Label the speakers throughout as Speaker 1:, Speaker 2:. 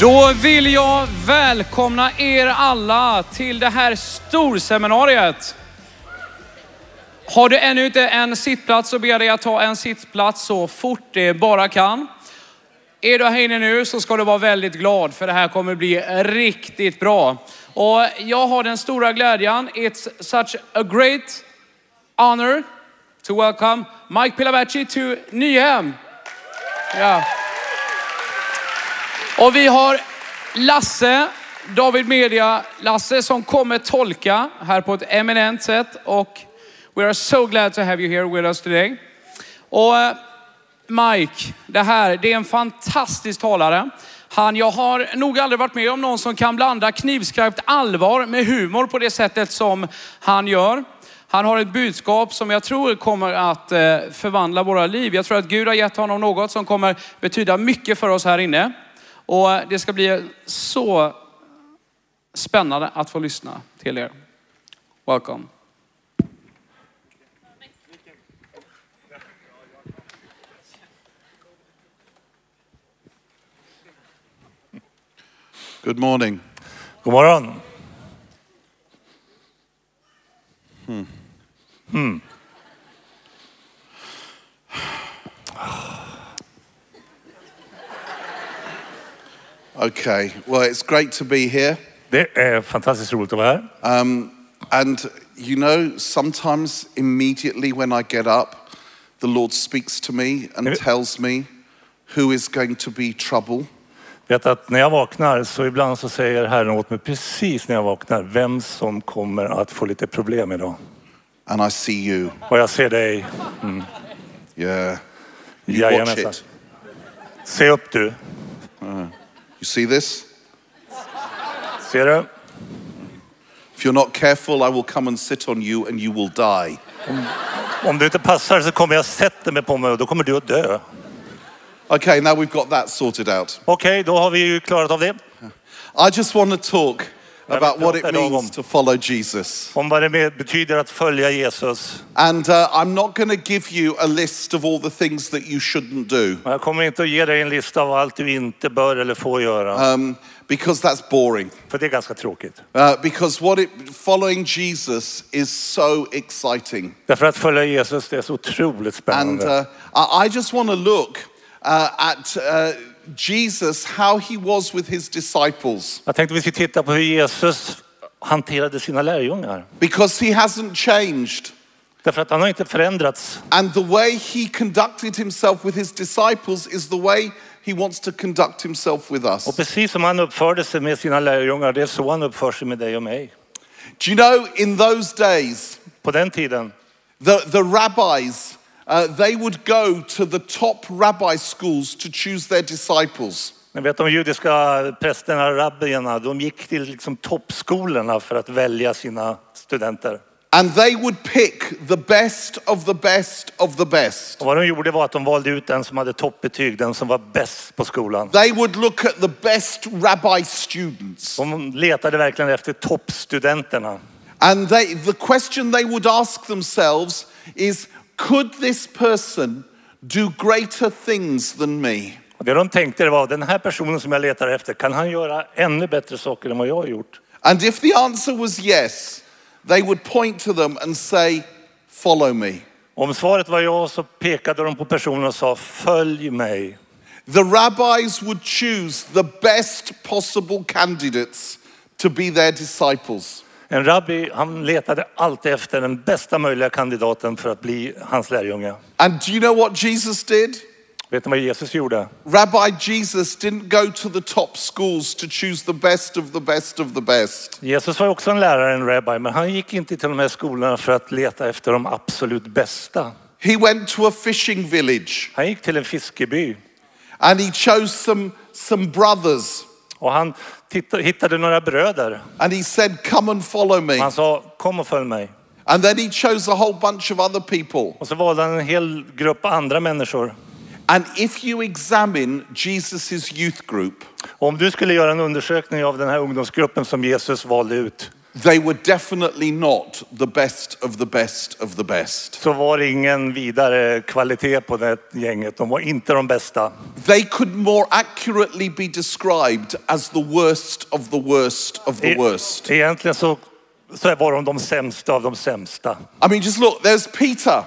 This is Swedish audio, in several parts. Speaker 1: Då vill jag välkomna er alla till det här storseminariet. Har du ännu inte en sittplats så ber jag dig att ta en sittplats så fort det bara kan. Är du här inne nu så ska du vara väldigt glad för det här kommer bli riktigt bra. Och jag har den stora glädjen, it's such a great honor to welcome Mike Pilavecchi to Nyhem. Yeah. Och vi har Lasse, David Media Lasse, som kommer tolka här på ett eminent sätt. Och we are so glad to have you here with us today. Och eh, Mike, det här, det är en fantastisk talare. Han, jag har nog aldrig varit med om någon som kan blanda knivskarpt allvar med humor på det sättet som han gör. Han har ett budskap som jag tror kommer att eh, förvandla våra liv. Jag tror att Gud har gett honom något som kommer betyda mycket för oss här inne. Och det ska bli så spännande att få lyssna till er. Welcome.
Speaker 2: Good morning.
Speaker 3: God morgon.
Speaker 2: Okay, well, it's great to be here.
Speaker 3: Det är fantastiskt roligt att vara här.
Speaker 2: Um, and you know, sometimes immediately when I get up, the Lord speaks to me and
Speaker 3: Maybe-
Speaker 2: tells me who is going to be trouble.
Speaker 3: Vet att när jag vaknar så ibland så säger Herren åt mig precis när jag vaknar vem som kommer att få lite problem idag.
Speaker 2: And I see you.
Speaker 3: Och jag ser dig.
Speaker 2: Yeah. You watch
Speaker 3: Jajamensan.
Speaker 2: it.
Speaker 3: Se upp du.
Speaker 2: You see this?
Speaker 3: Ser du?
Speaker 2: If you're not careful, I will come and sit on you and you will die.
Speaker 3: Om du inte passar så kommer jag sätta mig på mig och då kommer du att dö.
Speaker 2: Okay, now we've got that sorted out.
Speaker 3: Okej, då har vi ju klarat av det.
Speaker 2: I just want to talk
Speaker 3: Let
Speaker 2: about
Speaker 3: me
Speaker 2: what
Speaker 3: talk
Speaker 2: it
Speaker 3: that over.
Speaker 2: means to follow Jesus.
Speaker 3: Om vad det med- betyder att följa Jesus.
Speaker 2: And uh, I'm not going to give you a list of all the things that you shouldn't do.
Speaker 3: Jag kommer inte att ge dig en lista av allt du inte bör eller får göra.
Speaker 2: um, because that's boring.
Speaker 3: För det är ganska tråkigt.
Speaker 2: Uh, because what it, following Jesus is so exciting,
Speaker 3: Därför att följa Jesus det är så otroligt
Speaker 2: and
Speaker 3: spännande.
Speaker 2: uh, I I just want to look uh, at uh, Jesus, how he was with his disciples,
Speaker 3: Jag tänkte vi skulle titta på hur Jesus hanterade sina lärjungar.
Speaker 2: because he hasn't changed,
Speaker 3: Därför att han har inte förändrats.
Speaker 2: and the way he conducted himself with his disciples is the way he wants to conduct himself with
Speaker 3: Och
Speaker 2: us.
Speaker 3: precis som han uppförde sig med sina lärjungar, det är så han uppför sig med dig och mig.
Speaker 2: Do you know? In those days,
Speaker 3: På den tiden,
Speaker 2: the the rabbis. Uh, they would go to the top rabbi schools to choose their disciples.
Speaker 3: ni vet de judiska prästerna, rabbierna, de gick till liksom toppskolorna för att välja sina studenter.
Speaker 2: And they would pick the best of the best of the best.
Speaker 3: Och vad de gjorde var att de valde ut den som hade toppbetyg, den som var bäst på skolan.
Speaker 2: They would look at the best rabbi students.
Speaker 3: De letade verkligen efter toppstudenterna.
Speaker 2: And they, the question they would ask themselves is could this person do greater things than me?
Speaker 3: Och det de tänkte det var, den här personen som jag letar efter, kan han göra ännu bättre saker än vad jag har gjort?
Speaker 2: And if the answer was yes, they would point to them and say, Follow me.
Speaker 3: Om svaret var ja så pekade de på personen och sa följ mig.
Speaker 2: The rabbis would choose the best possible candidates to be their disciples.
Speaker 3: En rabbi han letade alltid efter den bästa möjliga kandidaten för att bli hans lärjunge.
Speaker 2: And do you know what Jesus did?
Speaker 3: Vet ni vad Jesus gjorde?
Speaker 2: Rabbi Jesus didn't go to the top schools to choose the best of the best of the best.
Speaker 3: Jesus var också en lärare, en rabbi, men han gick inte till de här skolorna för att leta efter de absolut bästa.
Speaker 2: He went to a fishing village
Speaker 3: Han gick till en fiskeby
Speaker 2: and he chose some, some brothers
Speaker 3: och han titta- hittade några bröder.
Speaker 2: and he said, Come and follow me.
Speaker 3: Han sa kom och följ mig.
Speaker 2: And then he chose a whole bunch of other people.
Speaker 3: Och så valde han en hel grupp andra människor.
Speaker 2: And if you examine Jesus' youth group,
Speaker 3: Om du skulle göra en undersökning av den här ungdomsgruppen som Jesus valde ut
Speaker 2: they were definitely not the best of the best of the best.
Speaker 3: Så var det ingen vidare kvalitet på det gänget. De var inte de bästa.
Speaker 2: They could more accurately be described as the worst of the worst of the
Speaker 3: E-
Speaker 2: worst.
Speaker 3: Egentligen så, så var de de sämsta av de sämsta.
Speaker 2: I mean, just look, there's Peter.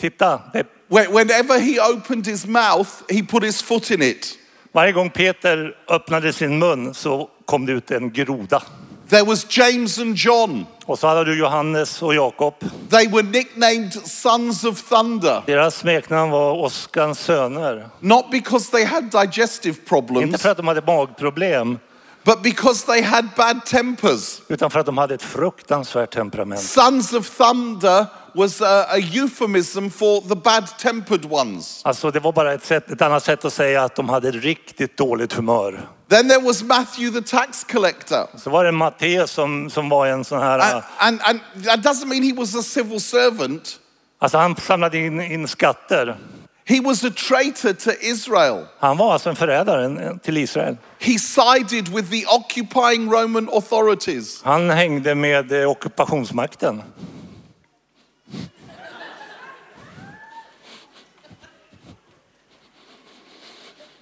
Speaker 3: Titta, det,
Speaker 2: When- Whenever he opened his mouth, he put his foot in it.
Speaker 3: varje gång Peter öppnade sin mun så kom det ut en groda.
Speaker 2: There was James and John.
Speaker 3: Och så hade du Johannes och Jakob.
Speaker 2: They were nicknamed Sons of Thunder,
Speaker 3: Deras smeknamn var Oskans söner.
Speaker 2: not because they had digestive
Speaker 3: Inte
Speaker 2: problems,
Speaker 3: för att de hade magproblem,
Speaker 2: but because they had bad tempers.
Speaker 3: utan för att de hade ett fruktansvärt temperament.
Speaker 2: Sons of Thunder was a, a euphemism for the bad tempered ones.
Speaker 3: Alltså det var bara ett, sätt, ett annat sätt att säga att de hade riktigt dåligt humör.
Speaker 2: Then there was Matthew the tax collector.
Speaker 3: Så var det Matteus som, som var en sån här...
Speaker 2: And, and, and that doesn't mean he was a civil servant,
Speaker 3: Alltså han samlade in, in skatter.
Speaker 2: he was a traitor to Israel.
Speaker 3: Han var alltså en förrädare en- till Israel.
Speaker 2: He sided with the occupying Roman authorities.
Speaker 3: Han hängde med eh, ockupationsmakten.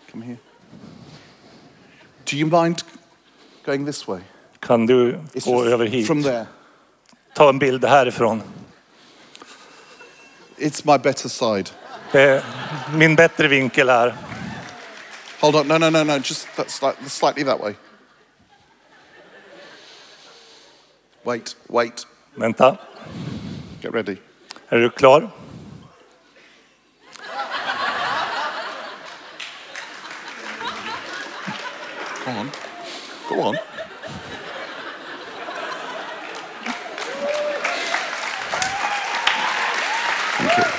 Speaker 2: Come here. Do you mind going this way?
Speaker 3: Kan du
Speaker 2: It's
Speaker 3: gå
Speaker 2: just
Speaker 3: över hit?
Speaker 2: From there.
Speaker 3: Ta en bild härifrån.
Speaker 2: It's my better side.
Speaker 3: Det är min bättre vinkel här.
Speaker 2: Hold on. No, no, no, no. Just that slight, slightly that way. Wait, wait.
Speaker 3: Vänta,
Speaker 2: Get ready.
Speaker 3: är du klar?
Speaker 2: Go on. Go on. Thank you.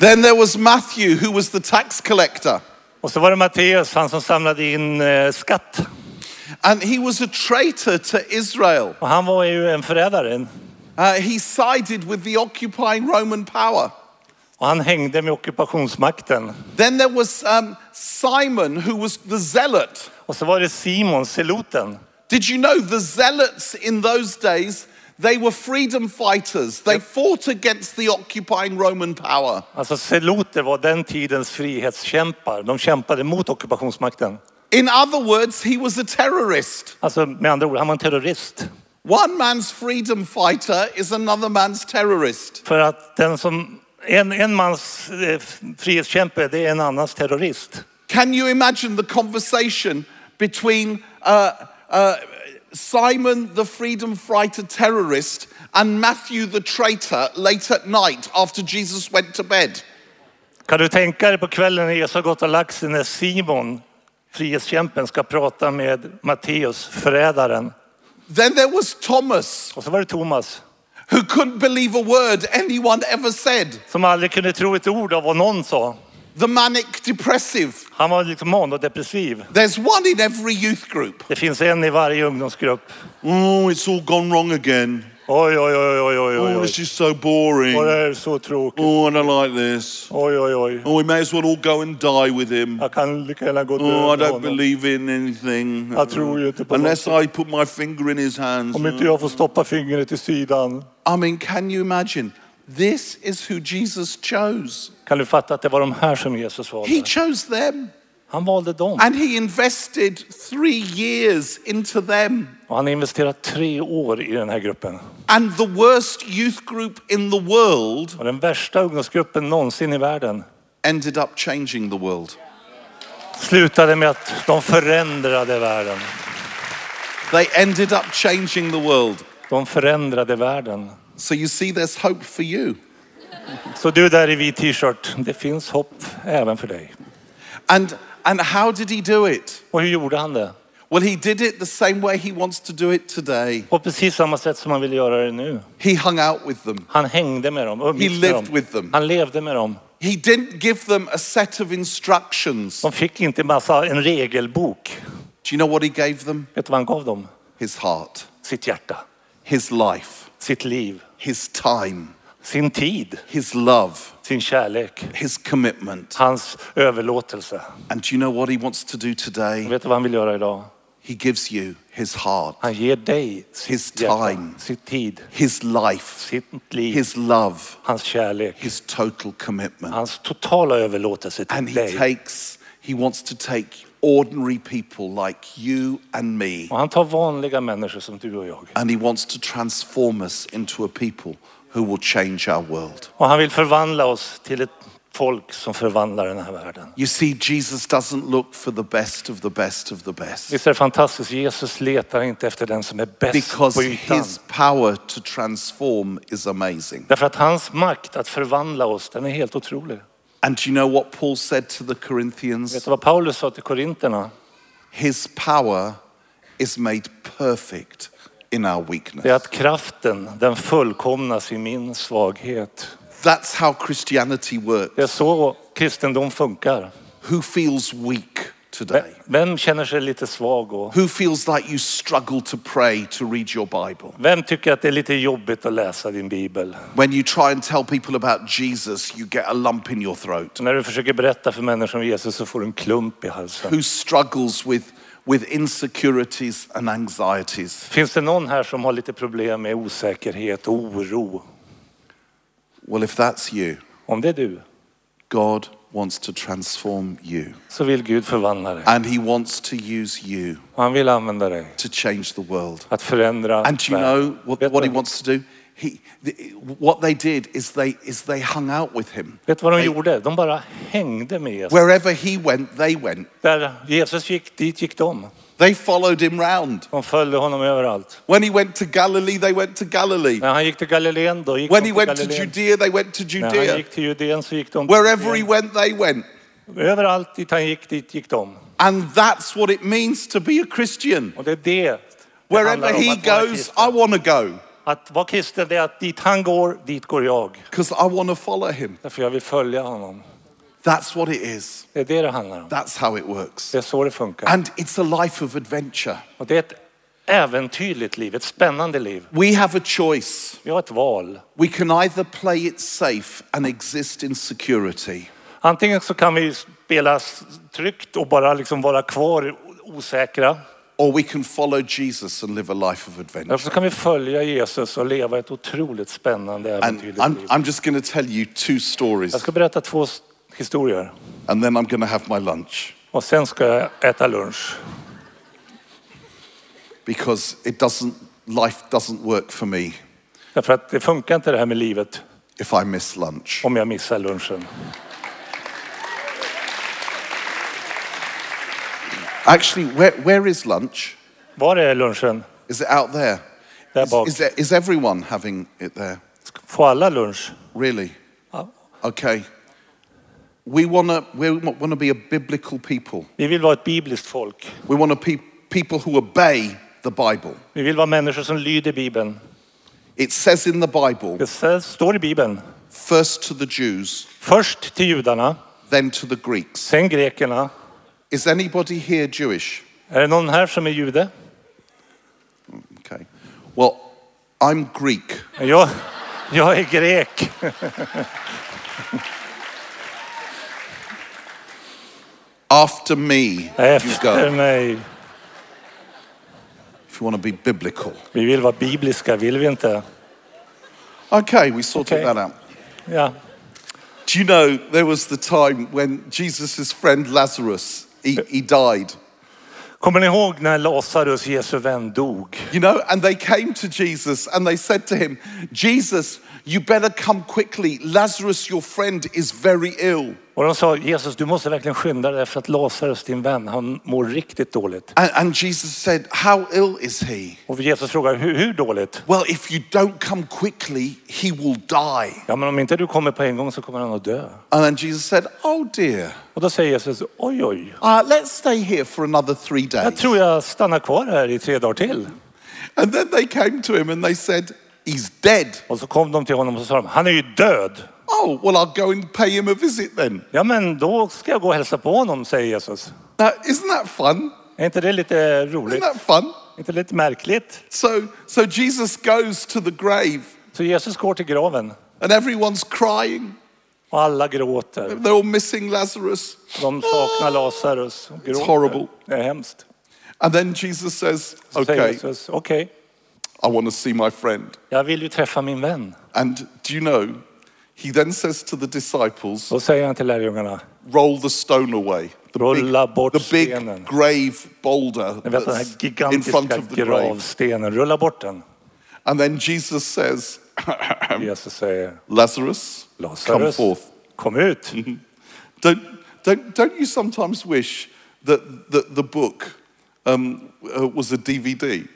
Speaker 2: Then there was Matthew, who was the tax collector,
Speaker 3: Och så var det Matteus, han som samlade in eh, skatt.
Speaker 2: and he was a traitor to Israel.
Speaker 3: Och han var ju en förrädare. en-
Speaker 2: Uh, he sided with the occupying Roman power.
Speaker 3: Och han hängde med ockupationsmakten.
Speaker 2: Then there was um, Simon, who was the zealot.
Speaker 3: Och så var det Simon, seloten.
Speaker 2: Did you know the zealots in those days? They were freedom fighters. They fought against the occupying Roman power.
Speaker 3: Alltså seloter var den tidens frihetskämpar. De kämpade mot ockupationsmakten.
Speaker 2: In other words, he was a terrorist.
Speaker 3: Alltså med andra ord, han var en terrorist.
Speaker 2: One man's freedom fighter is another man's terrorist.
Speaker 3: För att den som, en, en mans eh, f- frihetskämpe, det är en annans terrorist.
Speaker 2: Can you imagine the conversation between uh, uh, Simon the freedom fighter terrorist and Matthew the traitor late at night after Jesus went to bed?
Speaker 3: Kan du tänka dig på kvällen när Jesus har gått och lagt sig när Simon, frihetskämpen, ska prata med Matteus, förrädaren.
Speaker 2: Then there was Thomas.
Speaker 3: Och så var det Thomas
Speaker 2: who couldn't believe a word anyone ever said.
Speaker 3: som aldrig kunde tro ett ord av vad någon sa.
Speaker 2: The manic depressive.
Speaker 3: Han var liksom manodepressiv.
Speaker 2: There's one in every youth group.
Speaker 3: Det finns en i varje ungdomsgrupp.
Speaker 2: Oh, it's all gone wrong again. Oh,
Speaker 3: Oj, oj, oj, oj, oj, oj. oj.
Speaker 2: is so boring.
Speaker 3: Och det är så tråkigt.
Speaker 2: Oh, I don't like this.
Speaker 3: Oj, oj, oj.
Speaker 2: Oh, we may as well all go and die with him. Oh,
Speaker 3: Jag kan lika gärna gå och dö med honom.
Speaker 2: believe in anything.
Speaker 3: Jag tror ju inte på
Speaker 2: I put my finger in his hands.
Speaker 3: Om inte jag får stoppa fingret i sidan.
Speaker 2: I mean, can you imagine? This is who Jesus chose.
Speaker 3: Kan du fatta att det var de här som Jesus
Speaker 2: He
Speaker 3: valde?
Speaker 2: chose them.
Speaker 3: Han valde dem.
Speaker 2: And he invested three years into them.
Speaker 3: Och han har investerat tre år i den här gruppen.
Speaker 2: And the worst youth group in the world
Speaker 3: Och den värsta ungdomsgruppen någonsin i världen
Speaker 2: ended up changing the world.
Speaker 3: slutade med att de förändrade världen.
Speaker 2: They ended up changing the world.
Speaker 3: De förändrade världen.
Speaker 2: So you see, there's hope for you.
Speaker 3: Så du där i vit t-shirt, det finns hopp även för dig.
Speaker 2: And, and how did he do it?
Speaker 3: Och hur gjorde han det?
Speaker 2: Well, he did it the same way he wants to do it today.
Speaker 3: På precis samma sätt som han ville göra det nu.
Speaker 2: He hung out with them.
Speaker 3: Han hängde med dem,
Speaker 2: He
Speaker 3: umgicks med
Speaker 2: lived
Speaker 3: dem.
Speaker 2: with them.
Speaker 3: Han levde med dem.
Speaker 2: He didn't give them a set of instructions.
Speaker 3: De fick inte massa, en regelbok.
Speaker 2: Do you know what he gave them?
Speaker 3: Vet du vad han gav dem?
Speaker 2: His heart,
Speaker 3: Sitt hjärta,
Speaker 2: his life,
Speaker 3: sitt liv,
Speaker 2: his time,
Speaker 3: sin tid,
Speaker 2: his love,
Speaker 3: sin kärlek,
Speaker 2: his commitment.
Speaker 3: hans överlåtelse.
Speaker 2: And do you know what he wants to do today?
Speaker 3: Vet du vad han vill göra idag?
Speaker 2: He gives you his heart,
Speaker 3: Han ger dig sitt
Speaker 2: His
Speaker 3: hjärta,
Speaker 2: time.
Speaker 3: sin tid,
Speaker 2: his life,
Speaker 3: sitt liv,
Speaker 2: his love,
Speaker 3: hans kärlek,
Speaker 2: his total commitment.
Speaker 3: hans totala överlåtelse till
Speaker 2: And he
Speaker 3: dig.
Speaker 2: takes, he wants to take ordinary people like you and me,
Speaker 3: Och han tar vanliga människor som du och jag.
Speaker 2: and he wants to transform us into a people who will change our world.
Speaker 3: Och han vill förvandla oss till ett folk som förvandlar den här världen.
Speaker 2: You see, Jesus doesn't look for the best of the best of the best.
Speaker 3: Visst är det fantastiskt? Jesus letar inte efter den som är bäst
Speaker 2: Because
Speaker 3: på ytan.
Speaker 2: his power to transform is amazing.
Speaker 3: Därför att hans makt att förvandla oss, den är helt otrolig.
Speaker 2: And do you know what Paul said to the
Speaker 3: Vet
Speaker 2: Corinthians?
Speaker 3: du vad Paulus sa till korinterna?
Speaker 2: His power is made perfect in our
Speaker 3: Det är
Speaker 2: weakness.
Speaker 3: att kraften, den fullkomnas i min svaghet.
Speaker 2: That's how Christianity works.
Speaker 3: Det är så kristendom funkar.
Speaker 2: Who feels weak
Speaker 3: Vem,
Speaker 2: today?
Speaker 3: vem känner sig lite svag? Och
Speaker 2: Who feels like you struggle to pray, to read your Bible?
Speaker 3: vem tycker att det är lite jobbigt att läsa din bibel?
Speaker 2: When you try and tell people about Jesus, you get a lump in your throat.
Speaker 3: Så när du försöker berätta för människor om Jesus så får du en klump i halsen.
Speaker 2: Who struggles with, with insecurities and anxieties?
Speaker 3: Finns det någon här som har lite problem med osäkerhet och oro?
Speaker 2: Well, if that's you,
Speaker 3: Om det är du
Speaker 2: God wants to transform you,
Speaker 3: så vill Gud förvandla dig.
Speaker 2: and He wants to use you
Speaker 3: Och Han vill använda dig
Speaker 2: to change the world.
Speaker 3: att förändra
Speaker 2: And do you
Speaker 3: världen.
Speaker 2: know what,
Speaker 3: vet,
Speaker 2: what
Speaker 3: du-
Speaker 2: He wants to do? He, the, what they did is they, is they hung out with Him.
Speaker 3: vet du vad de gjorde? De bara hängde med Jesus.
Speaker 2: Wherever He went, they went.
Speaker 3: Där Jesus gick, dit gick de.
Speaker 2: They followed Him round.
Speaker 3: De följde honom överallt.
Speaker 2: When He went to Galilee, they went to Galilee.
Speaker 3: När han gick till Galileen, då gick
Speaker 2: When
Speaker 3: de
Speaker 2: He
Speaker 3: till
Speaker 2: went to
Speaker 3: Galileen.
Speaker 2: Judea, they went to
Speaker 3: När han
Speaker 2: Judea.
Speaker 3: gick till Judeen så gick de till
Speaker 2: Wherever He
Speaker 3: Judeen.
Speaker 2: went, they went.
Speaker 3: Överallt dit han gick, dit gick de.
Speaker 2: And that's what it means to be a Christian.
Speaker 3: Och det är det det handlar
Speaker 2: Wherever
Speaker 3: om
Speaker 2: He
Speaker 3: att vara
Speaker 2: goes,
Speaker 3: kristen.
Speaker 2: I want to go
Speaker 3: Att vara kristen det är att dit han går, dit går jag.
Speaker 2: because I want to follow Him.
Speaker 3: Därför jag vill följa honom.
Speaker 2: That's what it is.
Speaker 3: Det är det det handlar om.
Speaker 2: That's how it works.
Speaker 3: Det är så det funkar.
Speaker 2: And it's a life of adventure.
Speaker 3: Och det är ett äventyrligt liv, ett spännande liv.
Speaker 2: We have a choice.
Speaker 3: Vi har ett val.
Speaker 2: We can either play it safe and exist in security,
Speaker 3: Antingen så kan vi spela s- tryggt och bara liksom vara kvar osäkra.
Speaker 2: or we can follow Jesus and live a life of
Speaker 3: Eller
Speaker 2: adventure.
Speaker 3: så kan vi följa Jesus och leva ett otroligt spännande
Speaker 2: And
Speaker 3: äventyrligt
Speaker 2: I'm,
Speaker 3: liv.
Speaker 2: I'm just going to tell you two
Speaker 3: Jag
Speaker 2: stories,
Speaker 3: ska berätta två s- historier
Speaker 2: and then I'm going to have my lunch
Speaker 3: och sen ska jag äta lunch.
Speaker 2: because it doesn't, life doesn't work for me
Speaker 3: Därför att det funkar inte det här med livet
Speaker 2: if I miss lunch.
Speaker 3: om jag missar lunchen.
Speaker 2: Actually, where, where is lunch?
Speaker 3: Var är lunchen?
Speaker 2: Is it out there?
Speaker 3: Där
Speaker 2: Is,
Speaker 3: bak.
Speaker 2: is, there, is everyone having it there?
Speaker 3: Får alla lunch?
Speaker 2: Really?
Speaker 3: Ja.
Speaker 2: Okay. We want to we want to be a biblical people.
Speaker 3: Vi vill vara ett bibliskt folk.
Speaker 2: We want to be people who obey the Bible.
Speaker 3: Vi vill vara människor som lyder Bibeln.
Speaker 2: It says in the Bible,
Speaker 3: Det sägs- står i Bibeln.
Speaker 2: first to the Jews,
Speaker 3: Först till judarna,
Speaker 2: then to the Greeks.
Speaker 3: sen grekerna.
Speaker 2: Is anybody here Jewish?
Speaker 3: Är det någon här som är jude?
Speaker 2: Okay. Well, I'm Greek.
Speaker 3: Jag, jag är grek.
Speaker 2: After me, you
Speaker 3: Efter
Speaker 2: go.
Speaker 3: mig.
Speaker 2: If you want to be biblical.
Speaker 3: Vi vill vara bibliska, vill vi inte?
Speaker 2: Okay, we sorted
Speaker 3: Okay.
Speaker 2: that out.
Speaker 3: Ja.
Speaker 2: Do you know there was the time when Jesus' friend Lazarus he, he died?
Speaker 3: Kommer ni ihåg när Lazarus, Jesu vän, dog?
Speaker 2: You know, and they came to Jesus and they said to him, Jesus, you better come quickly. Lazarus, your friend, is very ill.
Speaker 3: Och de sa, Jesus, du måste verkligen skynda dig för att Lazarus, din vän, han mår riktigt dåligt.
Speaker 2: And, and Jesus said, How ill is he?
Speaker 3: Och Jesus frågar, hur, hur dåligt?
Speaker 2: Well, if you don't come quickly, he will die.
Speaker 3: Ja, men om inte du kommer på en gång så kommer han att dö.
Speaker 2: And then Jesus said, Oh dear,
Speaker 3: Och då säger Jesus, oj, oj.
Speaker 2: uh, let's stay here for another three
Speaker 3: Jag
Speaker 2: days.
Speaker 3: tror jag stannar kvar här i tre dagar till.
Speaker 2: And then they came to him and they said, He's dead.
Speaker 3: Och så kom de till honom och så sa de, han är ju död.
Speaker 2: Oh, well, I'll go and pay him a visit then.
Speaker 3: Ja, men då ska jag gå och hälsa på honom, säger Jesus.
Speaker 2: Now, isn't that fun?
Speaker 3: Är inte det lite
Speaker 2: Isn't
Speaker 3: roligt?
Speaker 2: that fun?
Speaker 3: inte lite märkligt?
Speaker 2: So, so Jesus goes to the grave
Speaker 3: Så Jesus går till graven
Speaker 2: and everyone's crying.
Speaker 3: och alla gråter.
Speaker 2: They're all missing Lazarus.
Speaker 3: De saknar Lazarus. och gråter.
Speaker 2: horrible.
Speaker 3: Det är hemskt.
Speaker 2: And then Jesus says,
Speaker 3: Så säger
Speaker 2: Okay,
Speaker 3: Jesus, okej,
Speaker 2: I want to see my friend.
Speaker 3: jag vill ju träffa min vän.
Speaker 2: And do you know, he then says to the disciples,
Speaker 3: Då säger han till lärjungarna,
Speaker 2: roll the stone away. The
Speaker 3: Rulla bort
Speaker 2: the big
Speaker 3: stenen.
Speaker 2: grave boulder
Speaker 3: ni vet
Speaker 2: that's
Speaker 3: den här
Speaker 2: in front
Speaker 3: gigantiska
Speaker 2: of the grave.
Speaker 3: gravstenen, rulla bort den.
Speaker 2: And then Jesus says,
Speaker 3: Jesus säger,
Speaker 2: Lazarus, come
Speaker 3: Lazarus,
Speaker 2: forth. Mm-hmm.
Speaker 3: kom ut.
Speaker 2: Don't, don't, don't you sometimes wish that the, the book um, uh, was a DVD?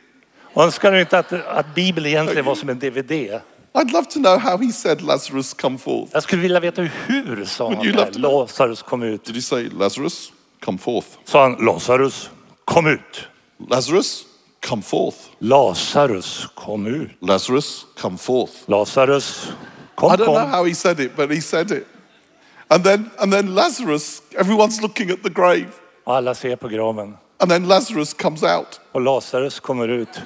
Speaker 3: Önskar du inte att, att Bibeln egentligen var som en DVD?
Speaker 2: I'd love to know how he said, Lazarus, come forth.
Speaker 3: Jag skulle vilja veta hur, sa han.
Speaker 2: you
Speaker 3: där.
Speaker 2: love to know?
Speaker 3: Lazarus kom ut.
Speaker 2: Did he say, Lazarus, come forth?
Speaker 3: Sa han, Lazarus, kom ut.
Speaker 2: Lazarus, come forth.
Speaker 3: Lazarus, kom ut.
Speaker 2: Lazarus, come forth.
Speaker 3: Lazarus, kom,
Speaker 2: I don't know
Speaker 3: kom.
Speaker 2: how he said it, but he said it. And then, and then Lazarus, everyone's looking at the grave,
Speaker 3: Och alla ser på graven.
Speaker 2: and then Lazarus comes out.
Speaker 3: Och Lazarus kommer ut.